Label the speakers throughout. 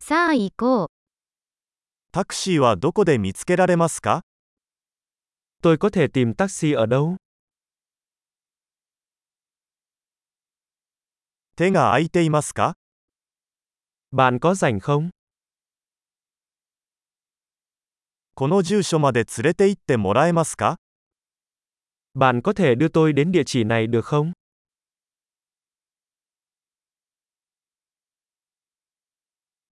Speaker 1: さあ行こう。
Speaker 2: タクシーはどこで見つけられますか
Speaker 3: Tôi có thể tìm taxi ở đâu?
Speaker 2: 手が空いていますか
Speaker 3: Bạn có rảnh không?
Speaker 2: この住所まで連れて行ってもらえますか
Speaker 3: Bạn có thể đưa tôi đến địa chỉ này được không?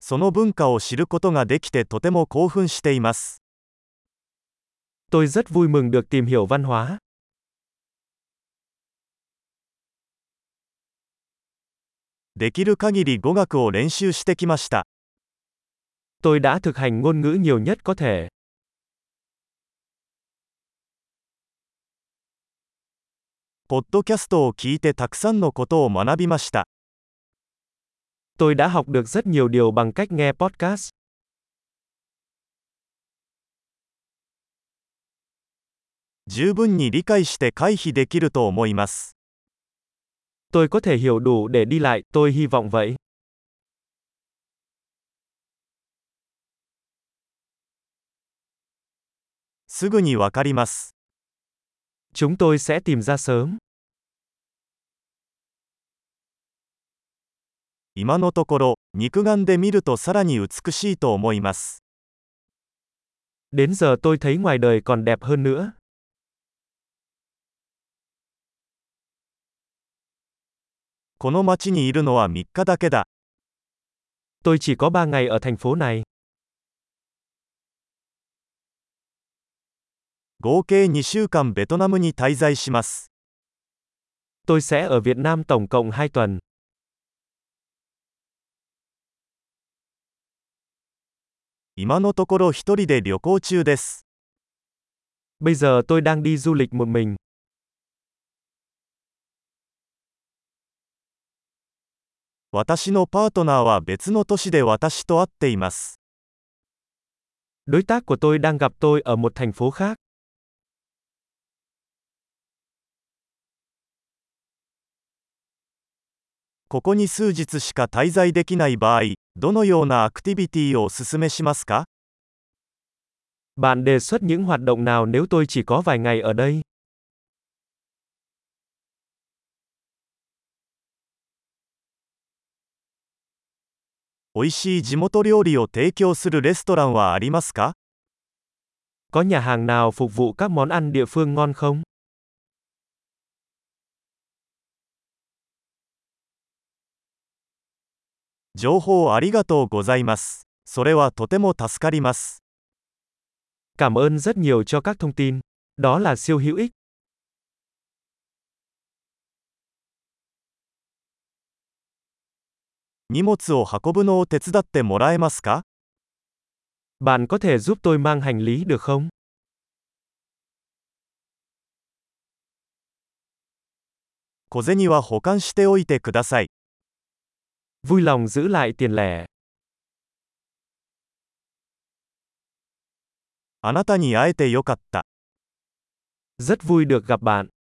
Speaker 2: その文化を知ることができてとても興奮しています。
Speaker 3: Tôi rất vui mừng được tìm hiểu văn hóa.
Speaker 2: できる限り語学を練習してきました。
Speaker 3: Tôi đã thực hành ngôn ngữ nhiều nhất có thể.
Speaker 2: ポッドキャストを聞いてたくさんのことを学びました。
Speaker 3: Tôi đã học được rất nhiều điều bằng cách nghe podcast.
Speaker 2: 十分に理解して回避できると思います。
Speaker 3: Tôi có thể hiểu đủ để đi lại, tôi hy vọng vậy.
Speaker 2: すぐにわかります。
Speaker 3: Chúng tôi sẽ tìm ra sớm.
Speaker 2: 今のところ、肉眼で見るとさらに美しいと思います。
Speaker 3: Đến giờ tôi thấy ngoài đời còn đẹp hơn nữa.
Speaker 2: この町にいるのは3日だけだ。
Speaker 3: Tôi chỉ có 3 ngày ở thành phố này.
Speaker 2: 合計2週間ベトナムに滞在します。
Speaker 3: Tôi sẽ ở Việt Nam tổng cộng 2 tuần.
Speaker 2: 今のところ一人で旅行中です。
Speaker 3: Bây giờ tôi đang đi du lịch một mình.
Speaker 2: 私のパートナーは別の都市で私と会っています。
Speaker 3: Đối tác của tôi đang gặp tôi ở một thành phố khác.
Speaker 2: ここに数日しか滞在できない場合、どのようなアクティビティをお勧めしますか
Speaker 3: Bạn đề xuất những hoạt động nào nếu tôi chỉ có vài ngày ở đây?
Speaker 2: 美味しい地元料理を提供するレストランはありますか
Speaker 3: Có nhà hàng nào phục vụ các món ăn địa phương ngon không?
Speaker 2: 情報ありがとうございます。それはとても助かります。
Speaker 3: Cảm ơn rất nhiều cho các thông tin. Đó là siêu hữu ích.
Speaker 2: 荷物を運ぶのを手伝ってもらえますか
Speaker 3: Bạn có thể giúp tôi mang hành lý được không?
Speaker 2: 小銭は保管しておいてください。
Speaker 3: Vui lòng giữ lại tiền lẻ.
Speaker 2: あなたに会えてよかった。
Speaker 3: Rất vui được gặp bạn.